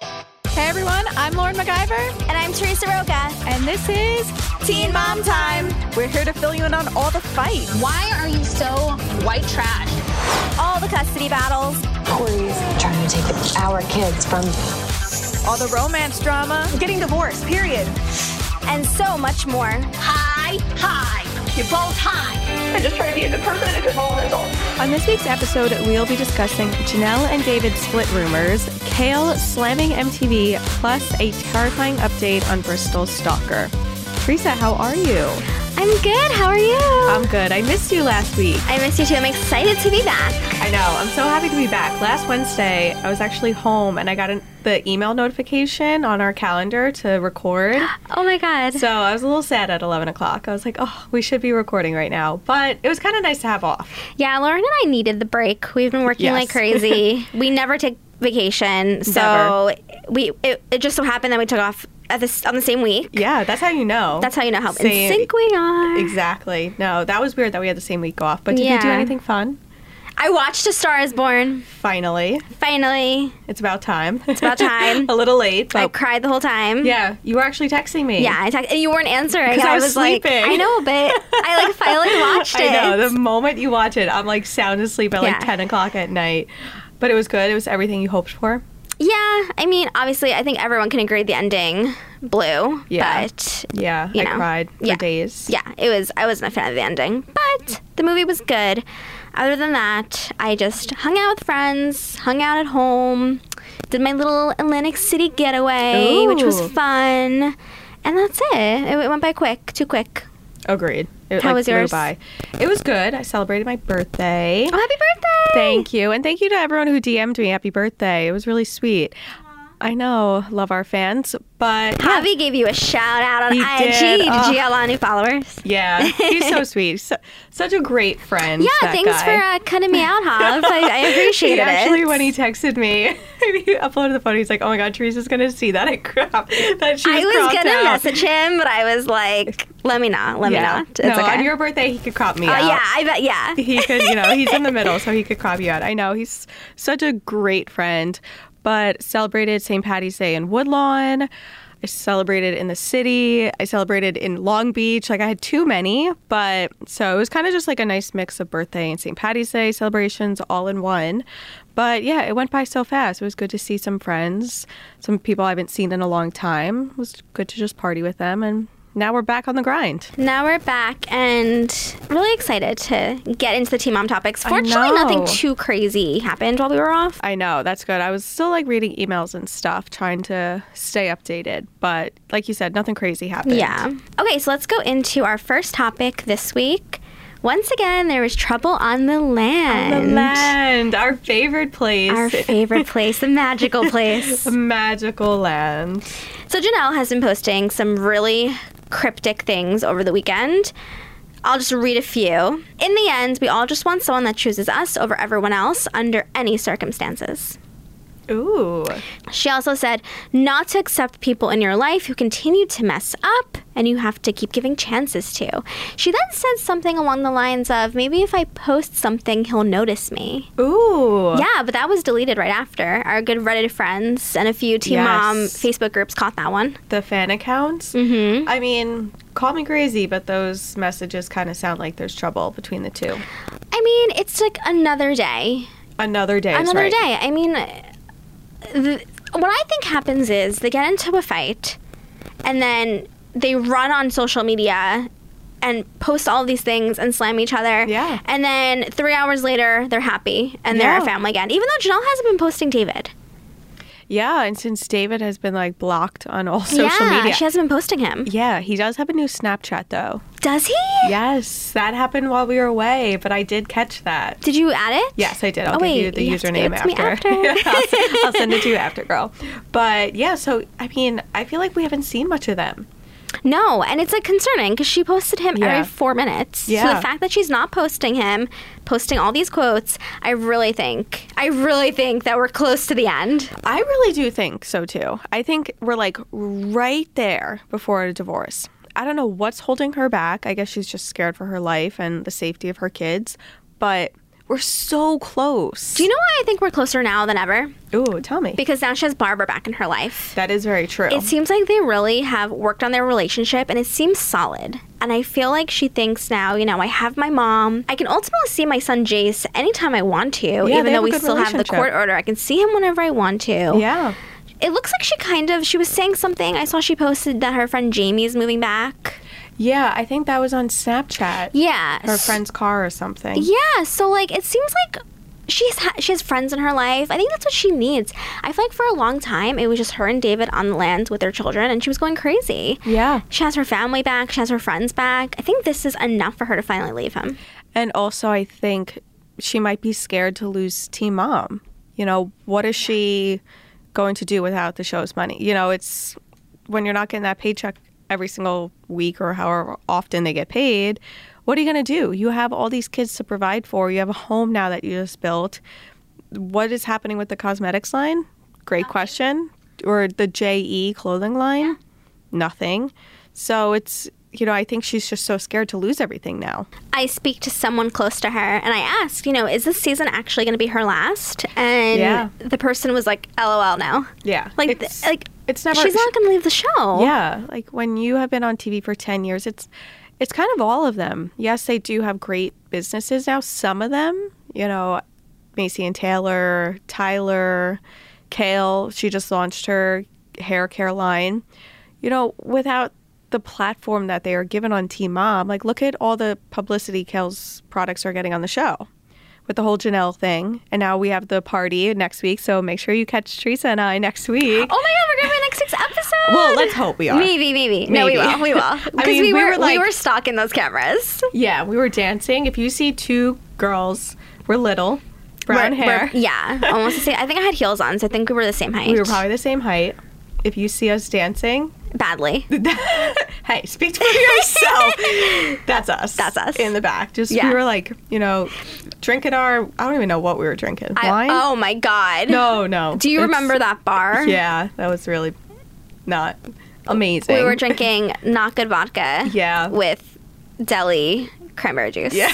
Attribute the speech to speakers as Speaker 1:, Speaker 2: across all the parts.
Speaker 1: Hey everyone, I'm Lauren MacGyver,
Speaker 2: And I'm Teresa Roca.
Speaker 1: and this is Teen Mom Time. We're here to fill you in on all the fight.
Speaker 3: Why are you so white trash?
Speaker 2: All the custody battles.
Speaker 4: Corey's trying to take our kids from
Speaker 1: all the romance drama, getting divorced, period.
Speaker 2: and so much more.
Speaker 3: High, high. You're both high.
Speaker 5: I just try to be a good person and a good mom and all.
Speaker 1: On this week's episode, we'll be discussing Janelle and David's split rumors, Kale slamming MTV, plus a terrifying update on Bristol Stalker. Teresa, how are you?
Speaker 2: I'm good. How are you?
Speaker 1: I'm good. I missed you last week.
Speaker 2: Uh, I miss you too. I'm excited to be back.
Speaker 1: I know. I'm so happy to be back. Last Wednesday, I was actually home and I got an, the email notification on our calendar to record.
Speaker 2: Oh my God.
Speaker 1: So I was a little sad at 11 o'clock. I was like, oh, we should be recording right now. But it was kind of nice to have off.
Speaker 2: yeah, Lauren and I needed the break. We've been working
Speaker 1: Yes.
Speaker 2: like crazy. we never take vacation. So we it, it just so happened that we took off at this on the same week.
Speaker 1: Yeah, that's how you know.
Speaker 2: That's how you know how in
Speaker 1: Same-
Speaker 2: sync we are.
Speaker 1: Exactly. No, that was weird that we had the same week off. But did you do
Speaker 2: Yeah.
Speaker 1: anything fun?
Speaker 2: I watched A Star is Born.
Speaker 1: Finally,
Speaker 2: Finally.
Speaker 1: it's about time. It's
Speaker 2: about time.
Speaker 1: a little late, but
Speaker 2: I cried the whole time.
Speaker 1: yeah, you were actually texting me.
Speaker 2: Yeah, I text, and you weren't answering. and
Speaker 1: I
Speaker 2: I
Speaker 1: was
Speaker 2: was, like,
Speaker 1: sleeping.
Speaker 2: I know, but I like finally watched it.
Speaker 1: I know. The moment you watch it, I'm like sound asleep at like
Speaker 2: Yeah.
Speaker 1: 10 o'clock at night. But it was good. It was everything you hoped for.
Speaker 2: Yeah, I mean, obviously, I think everyone can agree the ending blew.
Speaker 1: Yeah.
Speaker 2: But
Speaker 1: Yeah,
Speaker 2: You
Speaker 1: I
Speaker 2: know.
Speaker 1: cried for
Speaker 2: Yeah.
Speaker 1: days.
Speaker 2: yeah, it was. I wasn't a fan of the ending, but the movie was good. Other than that, I just hung out with friends, hung out at home, did my little Atlantic City getaway, which was
Speaker 1: Ooh.
Speaker 2: fun, and that's it. It went by quick, too quick.
Speaker 1: Agreed. It,
Speaker 2: How was
Speaker 1: flew
Speaker 2: yours?
Speaker 1: by. It was good. I celebrated my birthday.
Speaker 2: Oh, happy birthday!
Speaker 1: Thank you. And thank you to everyone who DM'd me. Happy birthday. It was really sweet. I know. Love our fans. But yeah,
Speaker 2: Javi gave you a shout out on
Speaker 1: He
Speaker 2: IG.
Speaker 1: did.
Speaker 2: Did you
Speaker 1: Ugh.
Speaker 2: have a lot of new followers?
Speaker 1: yeah, he's so sweet. So, such a great friend.
Speaker 2: Yeah,
Speaker 1: that
Speaker 2: thanks
Speaker 1: guy.
Speaker 2: for uh, cutting me out, Hav. I, I appreciated
Speaker 1: He actually,
Speaker 2: it.
Speaker 1: when he texted me, he uploaded the photo. He's like, "Oh my God, Teresa's gonna see that I crap that she was,
Speaker 2: I was
Speaker 1: cropped
Speaker 2: gonna
Speaker 1: out."
Speaker 2: message him, but I was like, let me not, let me
Speaker 1: yeah.
Speaker 2: not. It's
Speaker 1: no,
Speaker 2: okay.
Speaker 1: on your birthday, he could crop me
Speaker 2: Uh,
Speaker 1: out.
Speaker 2: yeah, I bet. Yeah,
Speaker 1: he could, you know, he's in the middle, so he could crop you out. I know he's such a great friend, but celebrated St. Patty's Day in Woodlawn. I celebrated in the city. I celebrated in Long Beach. Like I had too many, but so it was kind of just like a nice mix of birthday and St. Patty's Day celebrations all in one. But yeah, it went by so fast. It was good to see some friends, some people I haven't seen in a long time. It was good to just party with them and now we're back on the grind.
Speaker 2: now we're back and really excited to get into the team mom topics. Fortunately, nothing
Speaker 1: know.
Speaker 2: too crazy happened while we were off.
Speaker 1: I know, that's good. I was still like reading emails and stuff, trying to stay updated. But like you said, nothing crazy happened.
Speaker 2: Yeah. Okay, so let's go into our first topic this week. Once again, there was trouble on the land.
Speaker 1: The land, our favorite place.
Speaker 2: Our favorite place, the magical place.
Speaker 1: The magical land.
Speaker 2: So Janelle has been posting some really cryptic things over the weekend. I'll just read a few. In the end, we all just want someone that chooses us over everyone else under any circumstances.
Speaker 1: Ooh.
Speaker 2: She also said not to accept people in your life who continue to mess up and you have to keep giving chances to. She then said something along the lines of maybe if I post something, he'll notice me.
Speaker 1: Ooh.
Speaker 2: Yeah, but that was deleted right after. Our good Reddit friends and a few Team
Speaker 1: Yes.
Speaker 2: Mom Facebook groups caught that one.
Speaker 1: The fan accounts. Mm-hmm. I mean, call me crazy, but those messages kind of sound like there's trouble between the two.
Speaker 2: I mean, it's like another day.
Speaker 1: Another day. is
Speaker 2: another
Speaker 1: right.
Speaker 2: day. I mean, th what I think happens is they get into a fight and then they run on social media and post all these things and slam each other.
Speaker 1: Yeah.
Speaker 2: And then three hours later, they're happy and they're a
Speaker 1: Yeah.
Speaker 2: family again. Even though Janelle hasn't been posting David.
Speaker 1: Yeah, and since David has been like blocked on all social
Speaker 2: yeah,
Speaker 1: media.
Speaker 2: She hasn't been posting him.
Speaker 1: yeah, he does have a new Snapchat though.
Speaker 2: Does he?
Speaker 1: Yes, that happened while we were away, but I did catch that.
Speaker 2: Did you add it?
Speaker 1: Yes, I did. I'll
Speaker 2: Oh,
Speaker 1: give you
Speaker 2: wait,
Speaker 1: the
Speaker 2: you have to
Speaker 1: username
Speaker 2: give it to me
Speaker 1: after.
Speaker 2: after.
Speaker 1: Yeah, I'll, I'll send it to you after, girl. But yeah, so I mean, I feel like we haven't seen much of them.
Speaker 2: No, and it's like concerning because she posted him
Speaker 1: Yeah.
Speaker 2: every four minutes. So
Speaker 1: Yeah.
Speaker 2: the fact that she's not posting him, posting all these quotes, I really think, I really think that we're close to the end.
Speaker 1: I really do think so too. I think we're like right there before a divorce. I don't know what's holding her back. I guess she's just scared for her life and the safety of her kids, but We're so close.
Speaker 2: Do you know why I think we're closer now than ever?
Speaker 1: Ooh, tell me.
Speaker 2: Because now she has Barbara back in her life.
Speaker 1: that is very true.
Speaker 2: It seems like they really have worked on their relationship and it seems solid. And I feel like she thinks now, you know, I have my mom. I can ultimately see my son Jace anytime I want to,
Speaker 1: they
Speaker 2: even
Speaker 1: have
Speaker 2: though
Speaker 1: a
Speaker 2: we
Speaker 1: good
Speaker 2: still have the
Speaker 1: relationship.
Speaker 2: court order. I can see him whenever I want to.
Speaker 1: yeah.
Speaker 2: It looks like she kind of she was saying something. I saw she posted that her friend Jamie's moving back.
Speaker 1: Yeah, I think that was on Snapchat.
Speaker 2: Yeah.
Speaker 1: Her friend's car or something.
Speaker 2: Yeah, so like it seems like she's ha- she has friends in her life. I think that's what she needs. I feel like for a long time it was just her and David on the land with their children and she was going crazy.
Speaker 1: Yeah.
Speaker 2: She has her family back, she has her friends back. I think this is enough for her to finally leave him.
Speaker 1: And also, I think she might be scared to lose Team Mom. You know, what is she going to do without the show's money? You know, it's when you're not getting that paycheck every single week or however often they get paid, what are you going to do? You have all these kids to provide for, you have a home now that you just built. What is happening with the cosmetics line? Great question. Or the JE clothing line? Nothing. So it's, you know, I think she's just so scared to lose everything now.
Speaker 2: I speak to someone close to her and I asked, you know, is this season actually going to be her last? And
Speaker 1: Yeah.
Speaker 2: the person was like, LOL now.
Speaker 1: Yeah.
Speaker 2: Like
Speaker 1: It's-
Speaker 2: th- like
Speaker 1: it's never-
Speaker 2: She's not going to leave the show.
Speaker 1: Yeah, like when you have been on TV for 10 years, it's it's kind of all of them. Yes, they do have great businesses now, some of them, you know, Macy and Taylor, Tyler, Kale, she just launched her hair care line. You know, without the platform that they are given on Team Mom, like look at all the publicity Kale's products are getting on the show with the whole Janelle thing. And now we have the party next week, so make sure you catch Teresa and I next week.
Speaker 2: Oh my god, we're gonna be next week's episode.
Speaker 1: Well, let's hope we are.
Speaker 2: Maybe, maybe. No, we
Speaker 1: Maybe.
Speaker 2: will. We will. Because
Speaker 1: mean,
Speaker 2: we,
Speaker 1: we
Speaker 2: were,
Speaker 1: were,
Speaker 2: we
Speaker 1: like-
Speaker 2: were stalking those cameras.
Speaker 1: Yeah, we were dancing. If you see two girls, we're little, brown
Speaker 2: We're-
Speaker 1: hair.
Speaker 2: we're- yeah, almost the same. I think I had heels on, so I think we were the same height.
Speaker 1: We were probably the same height. If you see us dancing,
Speaker 2: badly.
Speaker 1: hey, speak for yourself. That's us.
Speaker 2: That's us.
Speaker 1: in the back. Just
Speaker 2: Yeah.
Speaker 1: we were like, you know, drinking our. I don't even know what we were drinking.
Speaker 2: I-
Speaker 1: Wine?
Speaker 2: oh my god.
Speaker 1: no, no.
Speaker 2: Do you
Speaker 1: It's-
Speaker 2: remember that bar?
Speaker 1: Yeah, that was really not amazing.
Speaker 2: We were drinking not good vodka.
Speaker 1: Yeah.
Speaker 2: With deli cranberry juice.
Speaker 1: Yeah.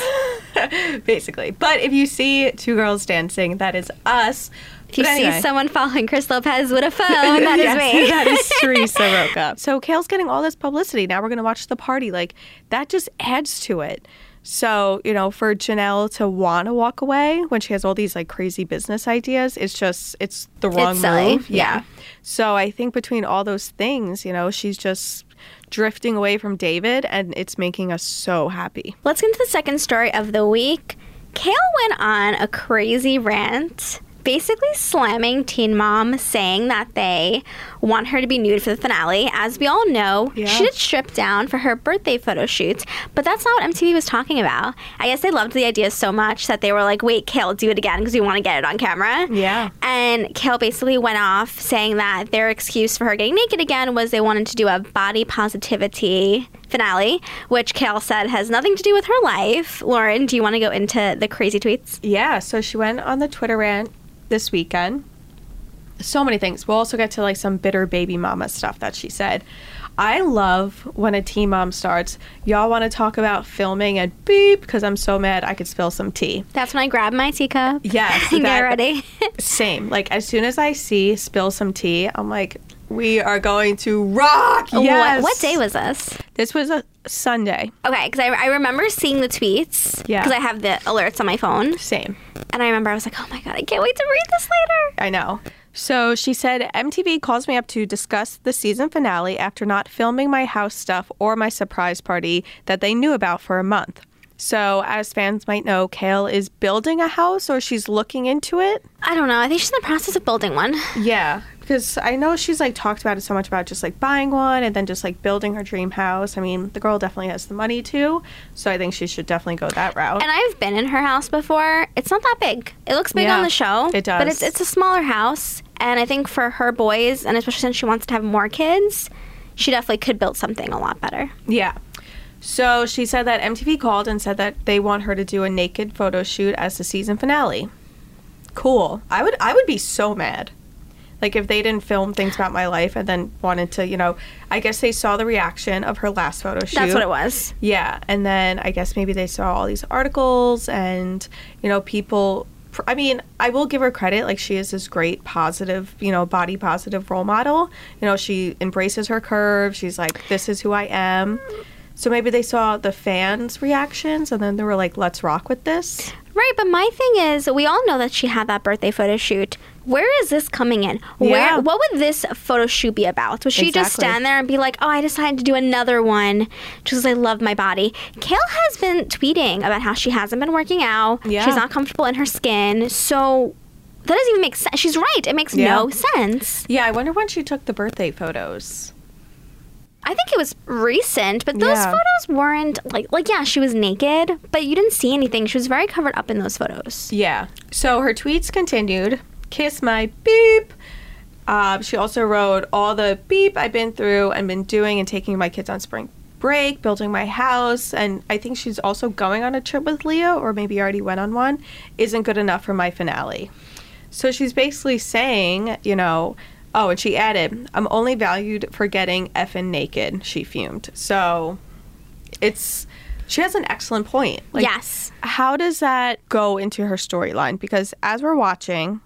Speaker 1: basically. But if you see two girls dancing, that is us.
Speaker 2: If you
Speaker 1: But
Speaker 2: see
Speaker 1: anyway.
Speaker 2: someone following Chris Lopez with a phone, that is
Speaker 1: Yes,
Speaker 2: me.
Speaker 1: that is Teresa Roca. So Kale's getting all this publicity. Now we're going to watch the party. Like that just adds to it. So you know, for Janelle to want to walk away when she has all these like crazy business ideas, it's just it's the wrong
Speaker 2: silly,
Speaker 1: move.
Speaker 2: yeah.
Speaker 1: So I think between all those things, you know, she's just drifting away from David, and it's making us so happy.
Speaker 2: Let's get into the second story of the week. Kale went on a crazy rant, basically slamming Teen Mom, saying that they want her to be nude for the finale. As we all know,
Speaker 1: Yeah.
Speaker 2: she did strip down for her birthday photo shoot, but that's not what MTV was talking about. I guess they loved the idea so much that they were like, wait, Kale, do it again because we want to get it on camera.
Speaker 1: Yeah.
Speaker 2: And Kale basically went off saying that their excuse for her getting naked again was they wanted to do a body positivity finale, which Kale said has nothing to do with her life. Lauren, do you want to go into the crazy tweets?
Speaker 1: Yeah, so she went on the Twitter rant this weekend. So many things. We'll also get to like some bitter baby mama stuff that she said. I love when a tea mom starts. Y'all want to talk about filming and beep because I'm so mad I could spill some tea.
Speaker 2: That's when I grab my teacup.
Speaker 1: Yes,
Speaker 2: And get
Speaker 1: that-
Speaker 2: ready.
Speaker 1: Same. Like as soon as I see spill some tea, I'm like, we are going to rock. Yes.
Speaker 2: What, what day was this?
Speaker 1: this? Was a Sunday.
Speaker 2: Okay, because I, I remember seeing the tweets.
Speaker 1: Yeah.
Speaker 2: Because I have the alerts on my phone.
Speaker 1: Same.
Speaker 2: And I remember I was like, oh my God, I can't wait to read this later.
Speaker 1: I know. So she said, MTV calls me up to discuss the season finale after not filming my house stuff or my surprise party that they knew about for a month. So, as fans might know, Kale is building a house or she's looking into it.
Speaker 2: I don't know. I think she's in the process of building one.
Speaker 1: Yeah, because I know she's like talked about it so much about just like buying one and then just like building her dream house. I mean, the girl definitely has the money too. So, I think she should definitely go that route.
Speaker 2: And I've been in her house before. It's not that big. It looks big
Speaker 1: Yeah,
Speaker 2: on the show.
Speaker 1: it does.
Speaker 2: But it's, it's a smaller house. And I think for her boys, and especially since she wants to have more kids, she definitely could build something a lot better.
Speaker 1: Yeah. So she said that MTV called and said that they want her to do a naked photo shoot as the season finale. Cool. I would I would be so mad. Like if they didn't film things about my life and then wanted to, you know, I guess they saw the reaction of her last photo shoot.
Speaker 2: That's what it was.
Speaker 1: Yeah, and then I guess maybe they saw all these articles and you know people. pr- I mean, I will give her credit. Like she is this great positive, you know, body positive role model. You know, she embraces her curves. She's like, this is who I am. So maybe they saw the fans' reactions and then they were like, let's rock with this.
Speaker 2: Right, but my thing is, we all know that she had that birthday photo shoot. Where is this coming in? Where
Speaker 1: Yeah.
Speaker 2: what would this photo shoot be about? Would she just
Speaker 1: Exactly.
Speaker 2: stand there and be like, "Oh, I decided to do another one just because I love my body"? Kale has been tweeting about how she hasn't been working out.
Speaker 1: Yeah.
Speaker 2: she's not comfortable in her skin. So that doesn't even make sense. She's right; it makes
Speaker 1: Yeah.
Speaker 2: no sense.
Speaker 1: Yeah, I wonder when she took the birthday photos.
Speaker 2: I think it was recent, but those
Speaker 1: Yeah.
Speaker 2: photos weren't like like yeah, she was naked, but you didn't see anything. She was very covered up in those photos.
Speaker 1: Yeah. So her tweets continued. Kiss my beep. Uh, she also wrote all the beep I've been through and been doing and taking my kids on spring break, building my house, and I think she's also going on a trip with Leo, or maybe already went on one. Isn't good enough for my finale. So she's basically saying, you know, oh, and she added, I'm only valued for getting effing naked. She fumed. So it's she has an excellent point. Like,
Speaker 2: yes.
Speaker 1: how does that go into her storyline? Because as we're watching,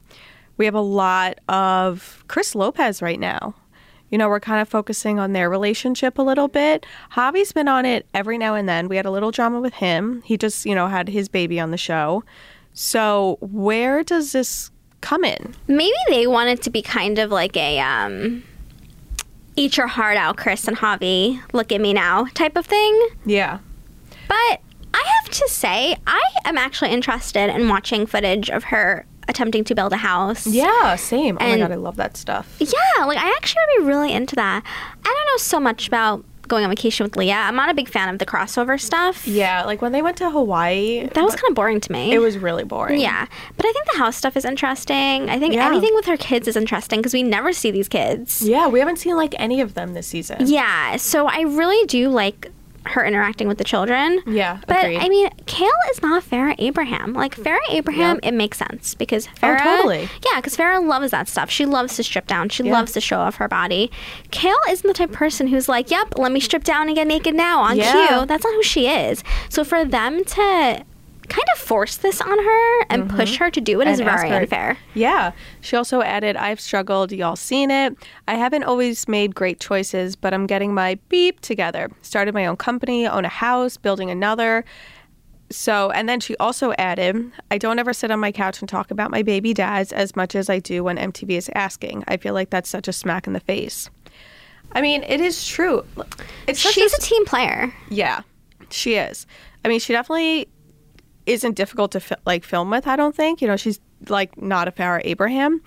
Speaker 1: we have a lot of Chris Lopez right now. You know, we're kind of focusing on their relationship a little bit. Javi's been on it every now and then. We had a little drama with him. He just, you know, had his baby on the show. So where does this come in?
Speaker 2: maybe they want it to be kind of like a um eat your heart out chris and javi look at me now type of thing
Speaker 1: Yeah.
Speaker 2: but i have to say i am actually interested in watching footage of her attempting to build a house
Speaker 1: Yeah, same. oh
Speaker 2: And-
Speaker 1: my god, I love that stuff.
Speaker 2: yeah like i actually would be really into that i don't know so much about going on vacation with leah i'm not a big fan of the crossover stuff
Speaker 1: Yeah, like when they went to Hawaii,
Speaker 2: that was kind of boring to me
Speaker 1: it was really boring.
Speaker 2: yeah but i think the house stuff is interesting i think
Speaker 1: Yeah.
Speaker 2: anything with her kids is interesting because we never see these kids
Speaker 1: Yeah, we haven't seen like any of them this season.
Speaker 2: Yeah, so I really do like her interacting with the children.
Speaker 1: Yeah,
Speaker 2: But
Speaker 1: agreed.
Speaker 2: I mean, Kale is not Farrah Abraham. Like Farrah Abraham, it makes sense because Farrah,
Speaker 1: Oh, totally.
Speaker 2: yeah, because Farrah loves that stuff. She loves to strip down. She loves to show off her body. Kale isn't the type of person who's like, "Yep, let me strip down and get naked now on
Speaker 1: Yeah.
Speaker 2: cue." That's not who she is. So for them to kind of force this on her and push her to do it is
Speaker 1: Mm-hmm. And ask
Speaker 2: very
Speaker 1: her-
Speaker 2: unfair.
Speaker 1: Yeah. She also added, I've struggled. Y'all seen it. I haven't always made great choices, but I'm getting my beep together. Started my own company, own a house, building another. So, and then she also added, I don't ever sit on my couch and talk about my baby dads as much as I do when MTV is asking. I feel like that's such a smack in the face. I mean, it is true. It's such
Speaker 2: She's a team player.
Speaker 1: yeah, she is. I mean, she definitely isn't difficult to fi- like film with. I don't think you know she's like not a Farrah Abraham,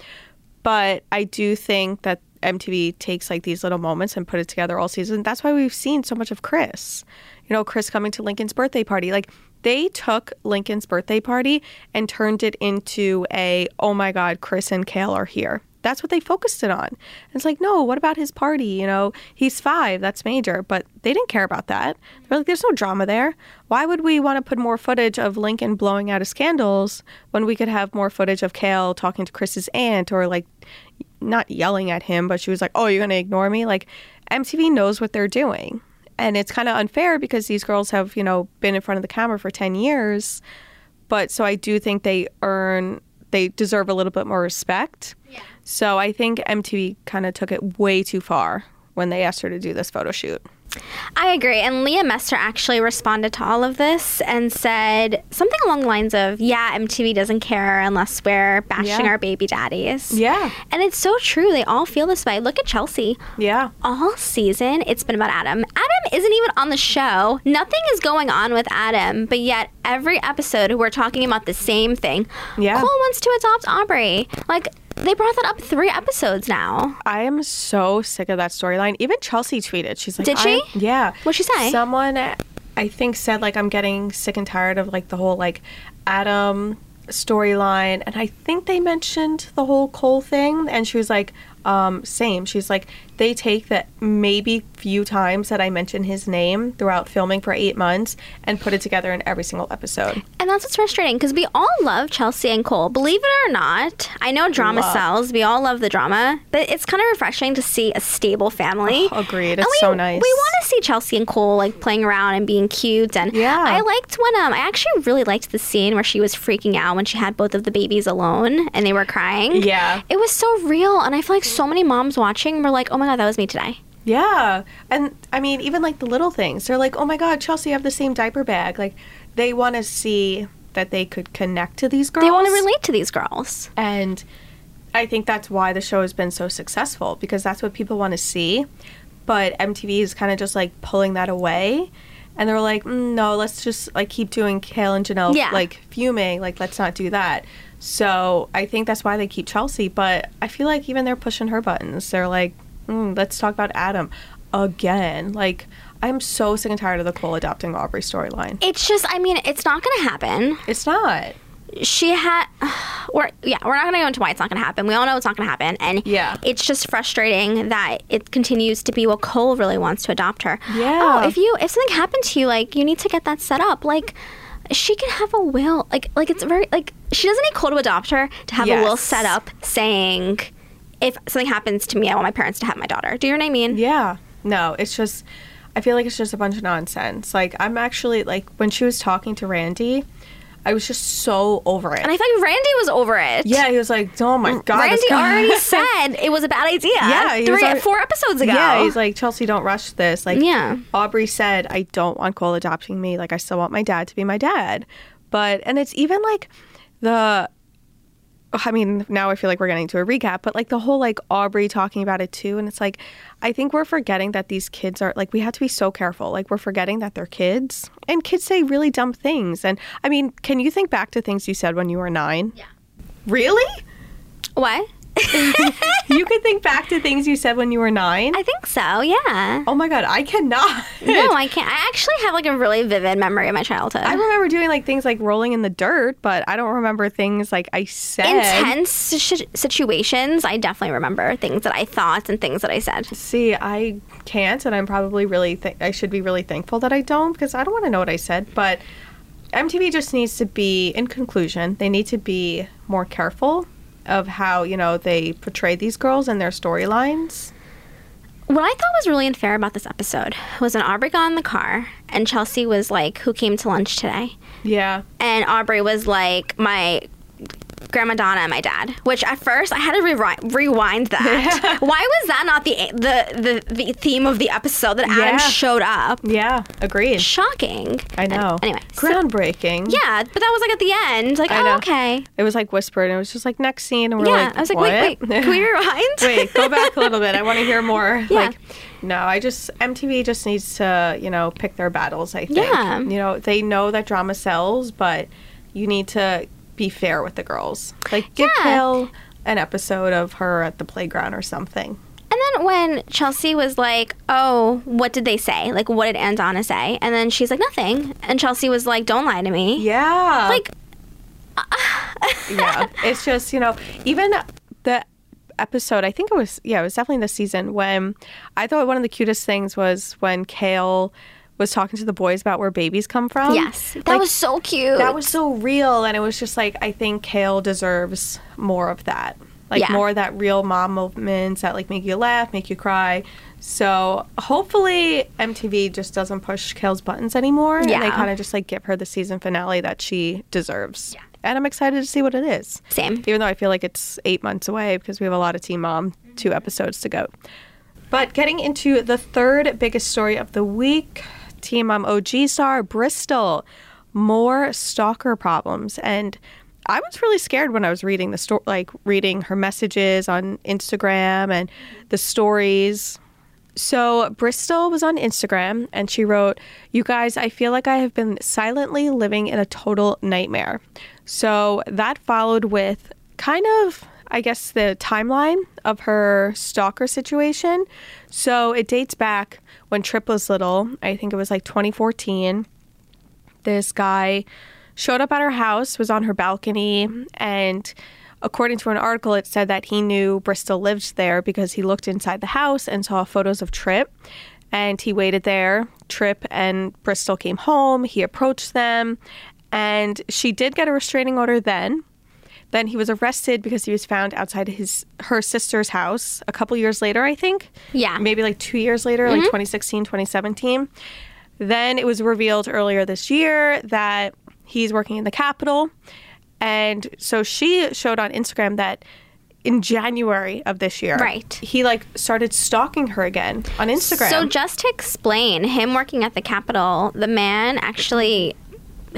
Speaker 1: but I do think that MTV takes like these little moments and put it together all season. That's why we've seen so much of Chris. You know, Chris coming to Lincoln's birthday party. Like they took Lincoln's birthday party and turned it into a oh my god, Chris and Kale are here. That's what they focused it on. And it's like, no, what about his party? You know, he's five, that's major. But they didn't care about that. They're like, there's no drama there. Why would we want to put more footage of Lincoln blowing out his candles when we could have more footage of Kale talking to Chris's aunt or like not yelling at him, but she was like, oh, you're going to ignore me? Like, MTV knows what they're doing. And it's kind of unfair because these girls have, you know, been in front of the camera for 10 years. But so I do think they earn, they deserve a little bit more respect. Yeah. So I think MTV kind of took it way too far when they asked her to do this photo shoot.
Speaker 2: I agree. And Leah Messer actually responded to all of this and said something along the lines of, Yeah, MTV doesn't care unless we're bashing
Speaker 1: Yeah.
Speaker 2: our baby daddies.
Speaker 1: Yeah.
Speaker 2: And it's so true. They all feel this way. Look at Chelsea.
Speaker 1: Yeah.
Speaker 2: All season, it's been about Adam. Adam isn't even on the show. Nothing is going on with Adam, but yet every episode we're talking about the same thing.
Speaker 1: Yeah.
Speaker 2: Cole wants to adopt Aubrey. Like, they brought that up three episodes now.
Speaker 1: I am so sick of that storyline. Even Chelsea tweeted. She's like,
Speaker 2: Did she?
Speaker 1: I'm- Yeah.
Speaker 2: What'd she say?
Speaker 1: Someone, I think, said like, I'm getting sick and tired of like the whole like Adam storyline, and I think they mentioned the whole Cole thing, and she was like, um, same. She's like, they take the maybe few times that I mention his name throughout filming for eight months and put it together in every single episode.
Speaker 2: And that's what's frustrating because we all love Chelsea and Cole. Believe it or not, I know drama
Speaker 1: Love.
Speaker 2: sells. We all love the drama, but it's kind of refreshing to see a stable family.
Speaker 1: Oh, agreed.
Speaker 2: And
Speaker 1: It's
Speaker 2: we-
Speaker 1: so nice.
Speaker 2: We want to see Chelsea and Cole like playing around and being cute. And
Speaker 1: Yeah.
Speaker 2: I liked when um, I actually really liked the scene where she was freaking out when she had both of the babies alone and they were crying.
Speaker 1: Yeah.
Speaker 2: It was so real, and I feel like so many moms watching were like, "Oh my god, that was me today."
Speaker 1: Yeah. And I mean, even like the little things. They're like, oh my God, Chelsea, you have the same diaper bag. Like, they want to see that they could connect to these girls.
Speaker 2: They want to relate to these girls.
Speaker 1: And I think that's why the show has been so successful because that's what people want to see. But MTV is kind of just like pulling that away. And they were like, mm, no, let's just like keep doing Kale and Janelle
Speaker 2: Yeah.
Speaker 1: like fuming. Like, let's not do that. So I think that's why they keep Chelsea. But I feel like even they're pushing her buttons. They're like, mm, let's talk about Adam again. Like, I'm so sick and tired of the Cole adopting Aubrey storyline.
Speaker 2: It's just, I mean, it's not going to happen.
Speaker 1: It's not.
Speaker 2: she had we're yeah we're not gonna go into why it's not gonna happen we all know it's not gonna happen and
Speaker 1: Yeah.
Speaker 2: it's just frustrating that it continues to be well cole really wants to adopt her
Speaker 1: Yeah.
Speaker 2: oh if you if something happened to you like you need to get that set up like she can have a will like like it's very like she doesn't need cole to adopt her to have a will
Speaker 1: Yes.
Speaker 2: set up saying if something happens to me i want my parents to have my daughter do you know what i mean
Speaker 1: Yeah. No, it's just I feel like it's just a bunch of nonsense. Like I'm actually like when she was talking to Randy, I was just so over it.
Speaker 2: and i feel like randy was over it
Speaker 1: yeah, he was like, "Oh my god, this
Speaker 2: Randy
Speaker 1: guy-
Speaker 2: already said it was a bad idea.
Speaker 1: Yeah, he was
Speaker 2: three,
Speaker 1: alre-
Speaker 2: four episodes ago.
Speaker 1: Yeah, he's like, "Chelsea, don't rush this." Like,
Speaker 2: Yeah.
Speaker 1: Aubrey said, "I don't want Cole adopting me. Like, I still want my dad to be my dad." But and it's even like the I mean, now I feel like we're getting to a recap, but like the whole like Aubrey talking about it too. And it's like, I think we're forgetting that these kids are like, we have to be so careful. Like, we're forgetting that they're kids and kids say really dumb things. And I mean, can you think back to things you said when you were nine? Yeah. Really?
Speaker 2: what?
Speaker 1: you could think back to things you said when you were nine?
Speaker 2: I think so. Yeah.
Speaker 1: oh my God, I cannot.
Speaker 2: No, I can't. I actually have like a really vivid memory of my childhood.
Speaker 1: I remember doing like things like rolling in the dirt, but I don't remember things like I said.
Speaker 2: Intense si- situations. I definitely remember things that I thought and things that I said.
Speaker 1: See, I can't, and I'm probably really. Th- I should be really thankful that I don't because I don't want to know what I said. But MTV just needs to be. In conclusion, they need to be more careful of how you know they portray these girls and their storylines.
Speaker 2: What I thought was really unfair about this episode was when Aubrey got in the car and Chelsea was like, "Who came to lunch today?"
Speaker 1: Yeah,
Speaker 2: And Aubrey was like, "My." Grandma Donna and my dad, which at first I had to rewind, rewind that. Why was that not the, the the the theme of the episode that Adam
Speaker 1: Yeah.
Speaker 2: showed up?
Speaker 1: yeah, agreed.
Speaker 2: Shocking.
Speaker 1: I
Speaker 2: And-
Speaker 1: know.
Speaker 2: Anyway, so-
Speaker 1: groundbreaking.
Speaker 2: Yeah, but that was like at the end. Like,
Speaker 1: I
Speaker 2: oh,
Speaker 1: know.
Speaker 2: okay.
Speaker 1: it was like whispered, and it was just like next scene, and we're
Speaker 2: yeah,
Speaker 1: like,
Speaker 2: I was like, wait,
Speaker 1: "What?"
Speaker 2: wait, can we rewind?
Speaker 1: Wait, go back a little bit. I want to hear more.
Speaker 2: Yeah.
Speaker 1: Like, no, I just MTV just needs to, you know, pick their battles. I think.
Speaker 2: Yeah.
Speaker 1: You know, they know that drama sells, but you need to be fair with the girls. Like, give
Speaker 2: Yeah.
Speaker 1: Kale an episode of her at the playground or something.
Speaker 2: And then when Chelsea was like, oh, what did they say? Like, what did Aunt Donna say? And then she's like, nothing. And Chelsea was like, don't lie to me.
Speaker 1: Yeah.
Speaker 2: Like,
Speaker 1: yeah. It's just, you know, even the episode, I think it was, yeah, it was definitely this season when I thought one of the cutest things was when Kale was talking to the boys about where babies come from.
Speaker 2: yes. That
Speaker 1: Like,
Speaker 2: was so cute.
Speaker 1: that was so real and it was just like i think kale deserves more of that like
Speaker 2: Yeah.
Speaker 1: more of that real mom moments that like make you laugh make you cry so hopefully mtv just doesn't push kale's buttons anymore and they
Speaker 2: Yeah.
Speaker 1: kind of just like give her the season finale that she deserves and i'm excited to see what it is
Speaker 2: Same.
Speaker 1: even though i feel like it's eight months away because we have a lot of team mom two episodes to go but getting into the third biggest story of the week, Team Mom OG star Bristol, more stalker problems. And I was really scared when I was reading the story, like reading her messages on Instagram and the stories. So Bristol was on Instagram and she wrote, You guys, I feel like I have been silently living in a total nightmare. So that followed with kind of, I guess, the timeline of her stalker situation. So it dates back when Trip was little. I think it was like 2014 this guy showed up at her house, was on her balcony, and according to an article, it said that he knew Bristol lived there because he looked inside the house and saw photos of Tripp. And he waited there. Trip and Bristol came home. He approached them, and she did get a restraining order then. Then he was arrested because he was found outside his her sister's house a couple years later, I think.
Speaker 2: Yeah.
Speaker 1: Maybe like 2 years later, like
Speaker 2: Mm-hmm.
Speaker 1: 2016, 2017. Then it was revealed earlier this year that he's working in the Capitol. And so she showed on Instagram that in January of this year,
Speaker 2: Right.
Speaker 1: he like started stalking her again on Instagram.
Speaker 2: So just to explain, him working at the Capitol, the man actually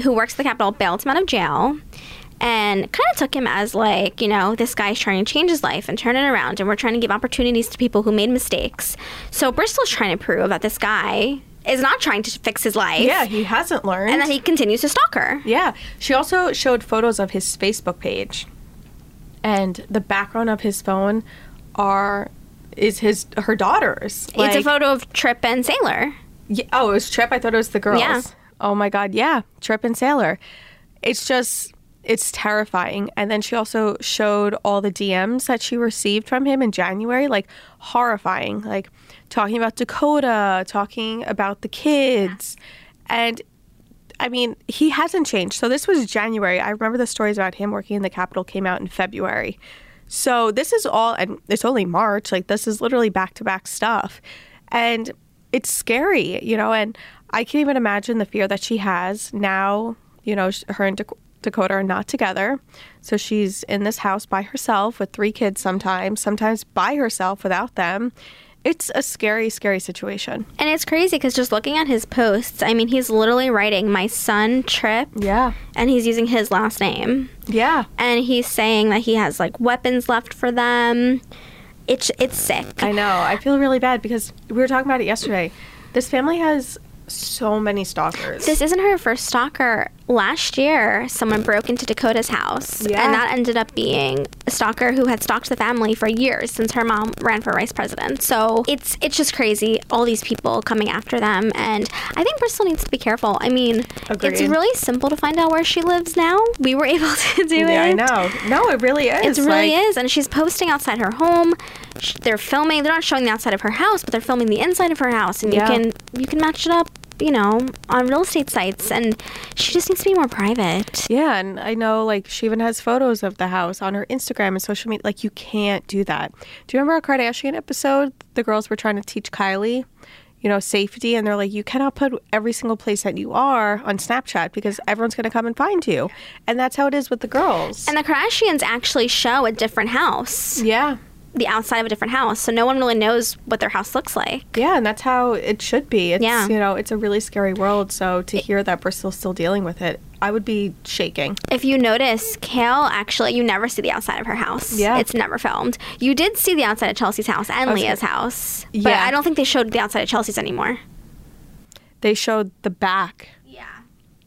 Speaker 2: who works at the Capitol bailed him out of jail and kind of took him as like, you know, this guy's trying to change his life and turn it around and we're trying to give opportunities to people who made mistakes. So Bristol's trying to prove that this guy is not trying to fix his life.
Speaker 1: yeah, he hasn't learned.
Speaker 2: And that he continues to stalk her.
Speaker 1: Yeah. She also showed photos of his Facebook page. And the background of his phone are is his her daughter's.
Speaker 2: it's a
Speaker 1: Like-
Speaker 2: photo of Trip and Sailor.
Speaker 1: Yeah, oh, it was Trip. I thought it was the girls.
Speaker 2: Yeah.
Speaker 1: Oh my god, yeah. Trip and Sailor. It's just it's terrifying. And then she also showed all the DMs that she received from him in January, like horrifying. Like talking about Dakota, talking about the kids. And I mean, he hasn't changed. So this was January. I remember the stories about him working in the Capitol came out in February. So this is all, and it's only March. Like this is literally back to back stuff, and it's scary, you know. And I can't even imagine the fear that she has now. You know, sh- her and Dak- Dakota are not together, so she's in this house by herself with three kids. Sometimes, sometimes by herself without them. It's a scary, scary situation.
Speaker 2: And it's crazy because just looking at his posts, I mean, he's literally writing, my son, Trip,
Speaker 1: Yeah,
Speaker 2: and he's using his last name.
Speaker 1: yeah.
Speaker 2: and he's saying that he has like weapons left for them. It's it's sick.
Speaker 1: I know. I feel really bad because we were talking about it yesterday. This family has so many stalkers.
Speaker 2: this isn't her first stalker. Last year, someone broke into Dakota's house,
Speaker 1: Yeah.
Speaker 2: and that ended up being a stalker who had stalked the family for years since her mom ran for vice president. So it's it's just crazy. All these people coming after them, and I think Bristol needs to be careful. I mean,
Speaker 1: Agreed.
Speaker 2: it's really simple to find out where she lives now. We were able to do
Speaker 1: yeah, I
Speaker 2: it.
Speaker 1: know. No, it really is.
Speaker 2: It really
Speaker 1: like,
Speaker 2: is. And she's posting outside her home. Sh- They're filming. They're not showing the outside of her house, but they're filming the inside of her house. And
Speaker 1: Yeah.
Speaker 2: you can you can match it up, you know, on real estate sites. And she just needs to be more private.
Speaker 1: Yeah, and I know like she even has photos of the house on her Instagram and social media. Like you can't do that. Do you remember our Kardashian episode? The girls were trying to teach Kylie, you know, safety and they're like, You cannot put every single place that you are on Snapchat because everyone's gonna come and find you. And that's how it is with the girls.
Speaker 2: And the Kardashians actually show a different house,
Speaker 1: yeah.
Speaker 2: the outside of a different house, so no one really knows what their house looks like.
Speaker 1: Yeah, and that's how it should be. It's
Speaker 2: Yeah.
Speaker 1: you know, it's a really scary world, so to hear that Bristol's still dealing with it, I would be shaking.
Speaker 2: If you notice, Kale actually, you never see the outside of her house.
Speaker 1: Yeah.
Speaker 2: It's never filmed. You did see the outside of Chelsea's house and Leah's house, but
Speaker 1: Yeah.
Speaker 2: I don't think they showed the outside of Chelsea's anymore.
Speaker 1: They showed the back.
Speaker 2: Yeah.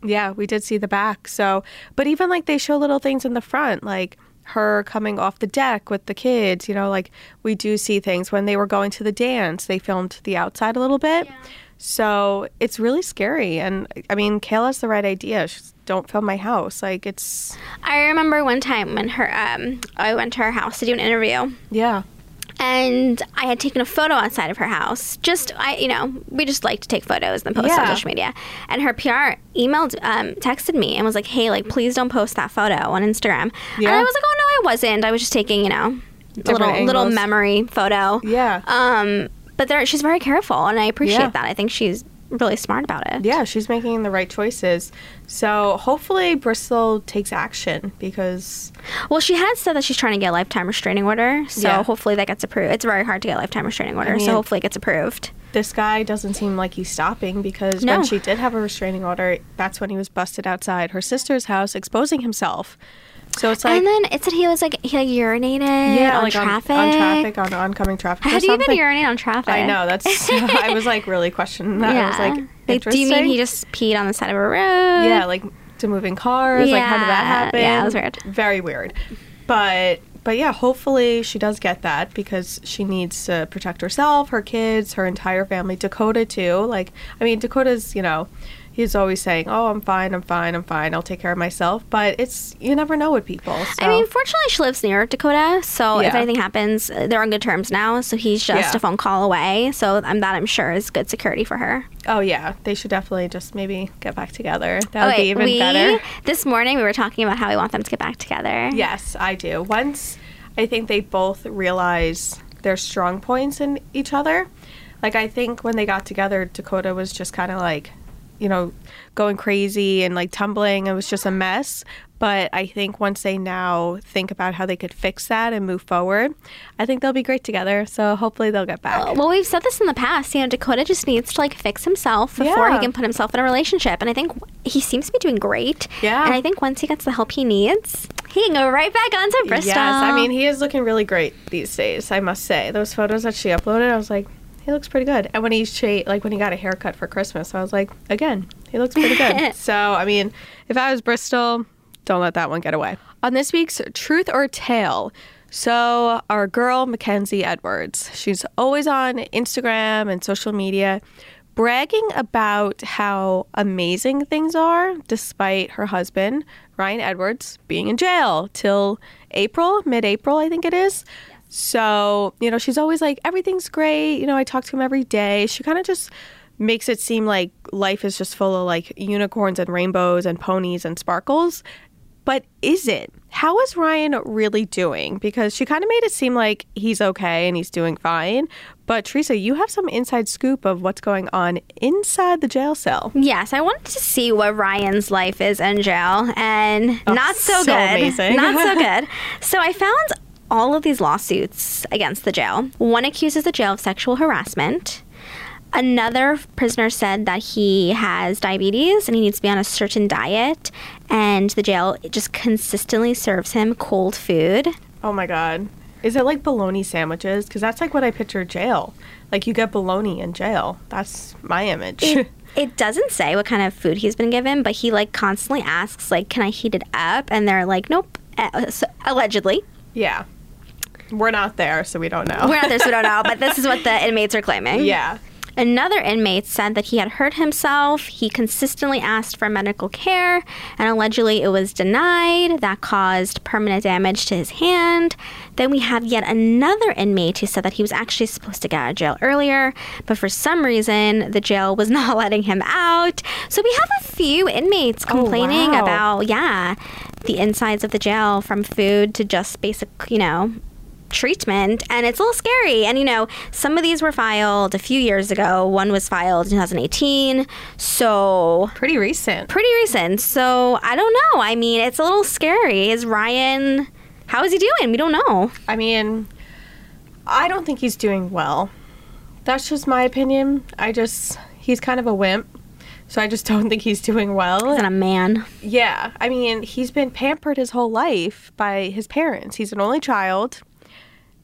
Speaker 1: Yeah, we did see the back. So, but even like they show little things in the front, like her coming off the deck with the kids, you know, like we do see things when they were going to the dance, they filmed the outside a little bit. So, it's really scary and I mean, Kayla has the right idea. She's, don't film my house. Like it's
Speaker 2: I remember one time when her um, I went to her house to do an interview,
Speaker 1: yeah.
Speaker 2: and I had taken a photo outside of her house. Just I, you know, we just like to take photos and post on
Speaker 1: Yeah.
Speaker 2: social media. And her PR emailed, um, texted me, and was like, "Hey, like, please don't post that photo on Instagram." And
Speaker 1: Yeah.
Speaker 2: I was like, "Oh no, I wasn't. I was just taking, you know, a
Speaker 1: Different
Speaker 2: little little
Speaker 1: angles.
Speaker 2: memory photo."
Speaker 1: Yeah.
Speaker 2: Um, but there, she's very careful, and I appreciate
Speaker 1: Yeah.
Speaker 2: that. I think she's really smart about it.
Speaker 1: Yeah, she's making the right choices. So hopefully Bristol takes action because
Speaker 2: Well, she had said that she's trying to get a lifetime restraining order, so
Speaker 1: Yeah.
Speaker 2: hopefully that gets approved. It's very hard to get a lifetime restraining order,
Speaker 1: mean-
Speaker 2: so hopefully it gets approved.
Speaker 1: this guy doesn't seem like he's stopping because
Speaker 2: No.
Speaker 1: when she did have a restraining order, that's when he was busted outside her sister's house exposing himself. So it's like
Speaker 2: and then it said he was like he like urinated on,
Speaker 1: like
Speaker 2: traffic.
Speaker 1: on, on traffic on oncoming traffic.
Speaker 2: How
Speaker 1: or
Speaker 2: do you even
Speaker 1: something.
Speaker 2: urinate on traffic?
Speaker 1: I know that's. I was like really questioning that. I was like,
Speaker 2: do you mean
Speaker 1: interesting.
Speaker 2: he just peed on the side of a road?
Speaker 1: Yeah, like to moving cars. Like how did that happen?
Speaker 2: Yeah, yeah, it was weird.
Speaker 1: Very weird. But but yeah, hopefully she does get that because she needs to protect herself, her kids, her entire family, Dakota too. Like I mean, Dakota's you know he's always saying, "Oh, I'm fine, I'm fine, I'm fine. I'll take care of myself." But it's you never know with people. So.
Speaker 2: I mean, fortunately, she lives near Dakota, so if
Speaker 1: Yeah.
Speaker 2: anything happens, uh, they're on good terms now. So he's just
Speaker 1: Yeah.
Speaker 2: a phone call away. So I'm, that I'm sure is good security for her.
Speaker 1: oh yeah, they should definitely just maybe get back together. That would
Speaker 2: Oh,
Speaker 1: be even
Speaker 2: we
Speaker 1: better.
Speaker 2: this morning we were talking about how we want them to get back together.
Speaker 1: Yes, I do. Once I think they both realize their strong points in each other. Like I think when they got together, Dakota was just kind of like, you know, going crazy and like tumbling. It was just a mess. But I think once they now think about how they could fix that and move forward, I think they'll be great together. So hopefully they'll get back.
Speaker 2: Uh, Well, we've said this in the past. You know, Dakota just needs to like fix himself before
Speaker 1: Yeah.
Speaker 2: he can put himself in a relationship, and I think he seems to be doing great.
Speaker 1: Yeah.
Speaker 2: And I think once he gets the help he needs, he can go right back onto Bristol.
Speaker 1: Yes, I mean he is looking really great these days. I must say those photos that she uploaded, I was like, he looks pretty good. And when he sha- like when he got a haircut for Christmas, I was like, again, he looks pretty good. so I mean, if I was Bristol, don't let that one get away. On this week's Truth or Tale. So, our girl, Mackenzie Edwards, she's always on Instagram and social media bragging about how amazing things are despite her husband, Ryan Edwards, being in jail till April, mid April, I think it is. So, you know, she's always like, everything's great. You know, I talk to him every day. She kind of just makes it seem like life is just full of like unicorns and rainbows and ponies and sparkles. But is it? How is Ryan really doing? Because she kind of made it seem like he's okay and he's doing fine. But Teresa, you have some inside scoop of what's going on inside the jail cell.
Speaker 2: Yes, I wanted to see what Ryan's life is in jail, and not so,
Speaker 1: so
Speaker 2: good.
Speaker 1: amazing.
Speaker 2: Not so good. So I found all of these lawsuits against the jail. One accuses the jail of sexual harassment. Another prisoner said that he has diabetes and he needs to be on a certain diet, and the jail just consistently serves him cold food.
Speaker 1: Oh my God. Is it like bologna sandwiches? Because that's like what I picture jail. Like you get bologna in jail. That's my image.
Speaker 2: it, it doesn't say what kind of food he's been given, but he like constantly asks like, "Can I heat it up?" And they're like, "Nope." Uh, so, allegedly,
Speaker 1: yeah. We're not there, so we don't know.
Speaker 2: we're not there, so we don't know. But this is what the inmates are claiming.
Speaker 1: yeah.
Speaker 2: Another inmate said that he had hurt himself. He consistently asked for medical care, and allegedly it was denied. That caused permanent damage to his hand. Then we have yet another inmate who said that he was actually supposed to get out of jail earlier, but for some reason the jail was not letting him out. So we have a few inmates complaining
Speaker 1: Oh, wow.
Speaker 2: about yeah, the insides of the jail from food to just basic, you know, treatment and it's a little scary and you know some of these were filed a few years ago one was filed in 2018 so
Speaker 1: Pretty recent.
Speaker 2: pretty recent so i don't know i mean it's a little scary is ryan how is he doing we don't know
Speaker 1: I mean, I don't think he's doing well. That's just my opinion. I just, he's kind of a wimp. So I just don't think he's doing well.
Speaker 2: he's not a man
Speaker 1: Yeah. I mean, he's been pampered his whole life by his parents. He's an only child,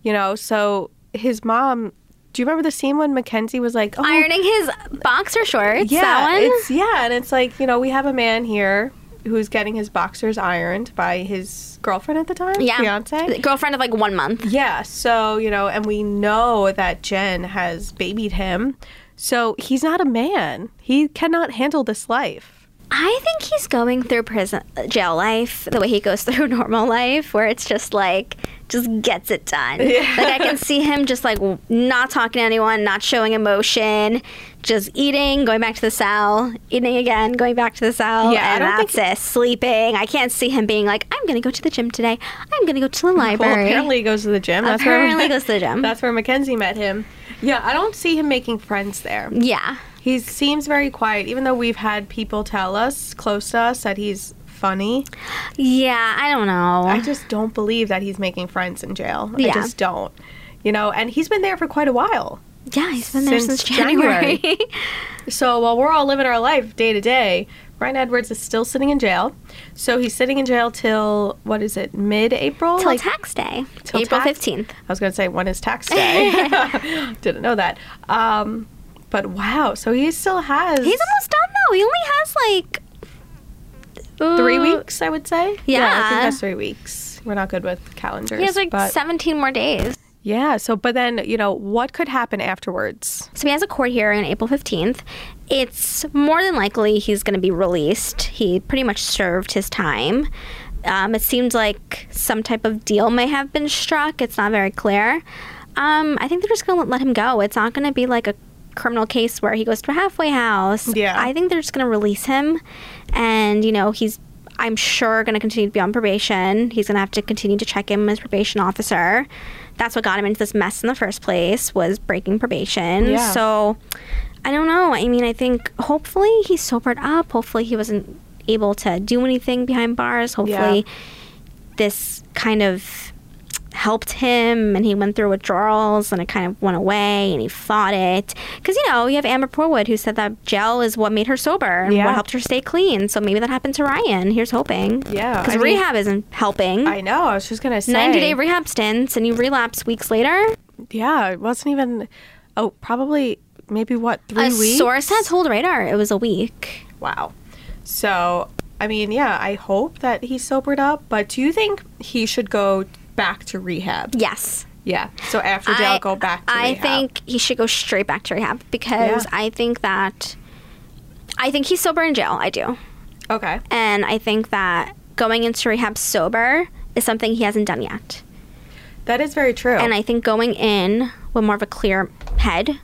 Speaker 1: you know, so his mom. Do you remember the scene when Mackenzie was like, oh,
Speaker 2: ironing his boxer shorts
Speaker 1: yeah,
Speaker 2: that one
Speaker 1: It's, yeah, and it's like, you know, we have a man here who's getting his boxers ironed by his girlfriend at the time,
Speaker 2: yeah
Speaker 1: fiance.
Speaker 2: girlfriend of like one month
Speaker 1: Yeah, so, you know, and we know that Jen has babied him. So he's not a man. He cannot handle this life.
Speaker 2: i think he's going through prison uh, jail life the way he goes through normal life where it's just like just gets it done like i can see him just like w- not talking to anyone not showing emotion just eating going back to the cell eating again going back to the cell
Speaker 1: Yeah, I
Speaker 2: and
Speaker 1: don't think-
Speaker 2: that's it sleeping i can't see him being like i'm gonna go to the gym today i'm gonna go to the library
Speaker 1: Well, apparently he goes to the gym. That's
Speaker 2: Apparently
Speaker 1: where,
Speaker 2: he goes to the gym.
Speaker 1: That's where Mackenzie met him. Yeah, I don't see him making friends there.
Speaker 2: yeah
Speaker 1: He seems very quiet, even though we've had people tell us, close to us, that he's funny.
Speaker 2: yeah i don't know
Speaker 1: I just don't believe that he's making friends in jail. I
Speaker 2: Ah. Yeah.
Speaker 1: just don't. You know, and he's been there for quite a while.
Speaker 2: yeah he's been there
Speaker 1: Since
Speaker 2: since, january,
Speaker 1: So while we're all living our life day to day, Ryan Edwards is still sitting in jail. So he's sitting in jail till what is it, mid-April?
Speaker 2: till
Speaker 1: Like-
Speaker 2: tax day
Speaker 1: Till
Speaker 2: april
Speaker 1: tax-
Speaker 2: 15th
Speaker 1: I was going to say when is tax day? Didn't know that. Um, but wow, so he still has
Speaker 2: He's almost done though. He only has like ooh,
Speaker 1: three weeks, I would say. I
Speaker 2: Yeah.
Speaker 1: think that's three weeks. We're not good with calendars.
Speaker 2: He has like
Speaker 1: but
Speaker 2: 17 more days.
Speaker 1: Yeah. So, but then, you know, what could happen afterwards?
Speaker 2: So he has a court hearing on April 15th. It's more than likely he's going to be released. He pretty much served his time. Um, it seems like some type of deal may have been struck. It's not very clear. Um, I think they're just going to let him go. It's not going to be like a criminal case where he goes to a halfway house.
Speaker 1: Yeah.
Speaker 2: I think they're just going to release him. And, you know, he's, I'm sure, going to continue to be on probation. He's going to have to continue to check in with his probation officer. That's what got him into this mess in the first place was breaking probation.
Speaker 1: Yeah.
Speaker 2: So I don't know. I mean, I think hopefully he sobered up. Hopefully he wasn't able to do anything behind bars. Hopefully this kind of helped him and he went through withdrawals and it kind of went away and he fought it because you know you have amber porwood who said that gel is what made her sober and
Speaker 1: Yeah.
Speaker 2: what helped her stay clean so maybe that happened to ryan here's hoping
Speaker 1: Yeah,
Speaker 2: because
Speaker 1: I mean-
Speaker 2: rehab isn't helping
Speaker 1: I know. I was just going to say
Speaker 2: 90 day rehab stints and you relapse weeks later
Speaker 1: Yeah. It wasn't even, oh, probably maybe what, three
Speaker 2: a
Speaker 1: weeks?
Speaker 2: source had told radar it was a week
Speaker 1: Wow. So, I mean, yeah, I hope that he sobered up, but do you think he should go back to rehab?
Speaker 2: yes
Speaker 1: Yeah. So after jail, go back to
Speaker 2: I
Speaker 1: rehab.
Speaker 2: think he should go straight back to rehab because
Speaker 1: Yeah.
Speaker 2: I think that I think he's sober in jail. I do.
Speaker 1: Okay.
Speaker 2: And I think that going into rehab sober is something he hasn't done yet.
Speaker 1: That is very true.
Speaker 2: And I think going in with more of a clear head,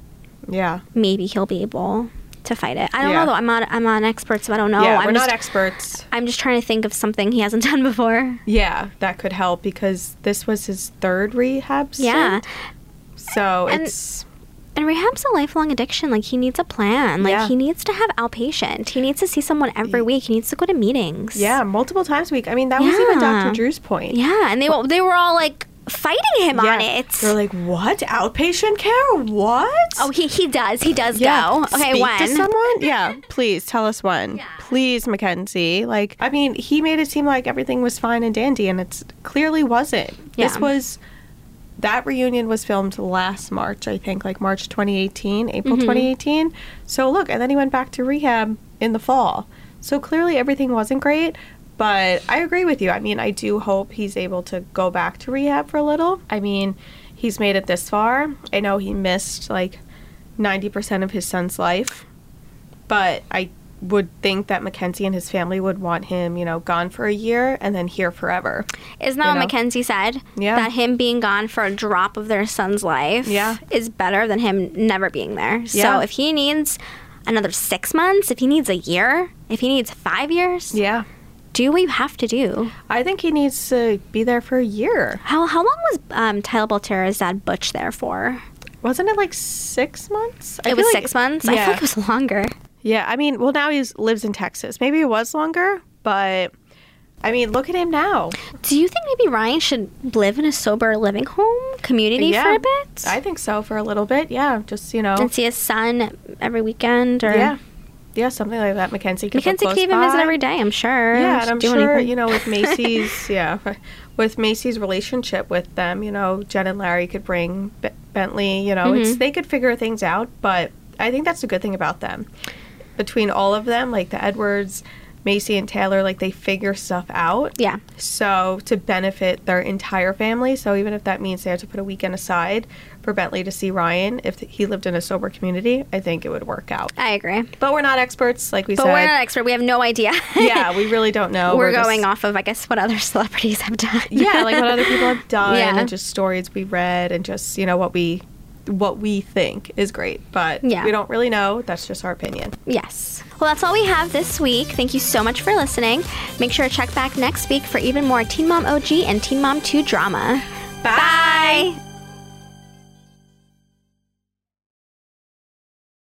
Speaker 1: yeah.
Speaker 2: maybe he'll be able to fight it. I don't
Speaker 1: Yeah.
Speaker 2: know though. I'm not I'm not an expert, so I don't know.
Speaker 1: yeah.
Speaker 2: I'm
Speaker 1: we're
Speaker 2: just,
Speaker 1: not experts.
Speaker 2: I'm just trying to think of something he hasn't done before.
Speaker 1: Yeah. That could help because this was his third rehab.
Speaker 2: Yeah.
Speaker 1: stint. So
Speaker 2: And-
Speaker 1: it's.
Speaker 2: And rehab's a lifelong addiction. Like he needs a plan. Like
Speaker 1: Yeah.
Speaker 2: he needs to have outpatient. He needs to see someone every week. He needs to go to meetings.
Speaker 1: Yeah, multiple times a week. I mean, that was even
Speaker 2: Yeah.
Speaker 1: Dr. Drew's point.
Speaker 2: Yeah. And they were- they were all like fighting him on
Speaker 1: Yeah.
Speaker 2: it.
Speaker 1: They're like, what? Outpatient care? What?
Speaker 2: oh, he he does. He does go. Okay,
Speaker 1: Speak
Speaker 2: when?
Speaker 1: to someone? Yeah, please tell us when. Please, Mackenzie. Like, I mean, he made it seem like everything was fine and dandy, and it's clearly wasn't. This
Speaker 2: Yeah.
Speaker 1: was that reunion was filmed last March, I think, like March 2018, April 2018. So look, and then he went back to rehab in the fall. So clearly everything wasn't great. But I agree with you. I mean, I do hope he's able to go back to rehab for a little. I mean, he's made it this far. I know he missed like 90% of his son's life. But I would think that Mackenzie and his family would want him, you know, gone for a year and then here forever.
Speaker 2: Isn't that
Speaker 1: you
Speaker 2: what
Speaker 1: know?
Speaker 2: Mackenzie said?
Speaker 1: Yeah.
Speaker 2: That him being gone for a drop of their son's life
Speaker 1: Yeah.
Speaker 2: is better than him never being there.
Speaker 1: Yeah.
Speaker 2: So if he needs another six months, if he needs a year, if he needs five years,
Speaker 1: Yeah.
Speaker 2: do what you have to do.
Speaker 1: I think he needs to be there for a year.
Speaker 2: How, how long was um, Tyler Boltera's dad Butch there for?
Speaker 1: Wasn't it like six months? I
Speaker 2: It
Speaker 1: feel
Speaker 2: was
Speaker 1: like-
Speaker 2: six months? I
Speaker 1: yeah.
Speaker 2: feel like it was longer.
Speaker 1: Yeah, I mean, well, now he lives in Texas. Maybe it was longer, but I mean, look at him now.
Speaker 2: Do you think maybe Ryan should live in a sober living home community for
Speaker 1: Yeah.
Speaker 2: a bit?
Speaker 1: I think so for a little bit. Yeah, just, you know.
Speaker 2: and see his son every weekend or
Speaker 1: yeah. Yeah, something like that. Mackenzie could live
Speaker 2: Mackenzie could
Speaker 1: close
Speaker 2: even visit
Speaker 1: by.
Speaker 2: every day, I'm sure.
Speaker 1: Yeah, and
Speaker 2: Just
Speaker 1: I'm
Speaker 2: do
Speaker 1: sure,
Speaker 2: anything.
Speaker 1: you know, with Macy's, yeah, with Macy's relationship with them, you know, Jen and Larry could bring Be- Bentley, you know,
Speaker 2: Mm-hmm.
Speaker 1: it's they could figure things out, but I think that's the good thing about them. Between all of them, like the Edwards, Macy and Taylor, like they figure stuff out.
Speaker 2: Yeah.
Speaker 1: So to benefit their entire family, so even if that means they have to put a weekend aside for Bentley to see Ryan, if he lived in a sober community, I think it would work out.
Speaker 2: I agree.
Speaker 1: But we're not experts, like we
Speaker 2: But
Speaker 1: said.
Speaker 2: we're not expert. We have no idea.
Speaker 1: yeah, we really don't know.
Speaker 2: we're,
Speaker 1: just-
Speaker 2: going off of, I guess, what other celebrities have done.
Speaker 1: yeah like what other people have done
Speaker 2: Yeah.
Speaker 1: and just stories we read and just you know what we what we think is great but
Speaker 2: Yeah.
Speaker 1: we don't really know that's just our opinion
Speaker 2: yes. Well, that's all we have this week. Thank you so much for listening. Make sure to check back next week for even more Teen Mom OG and Teen Mom 2 drama. Bye.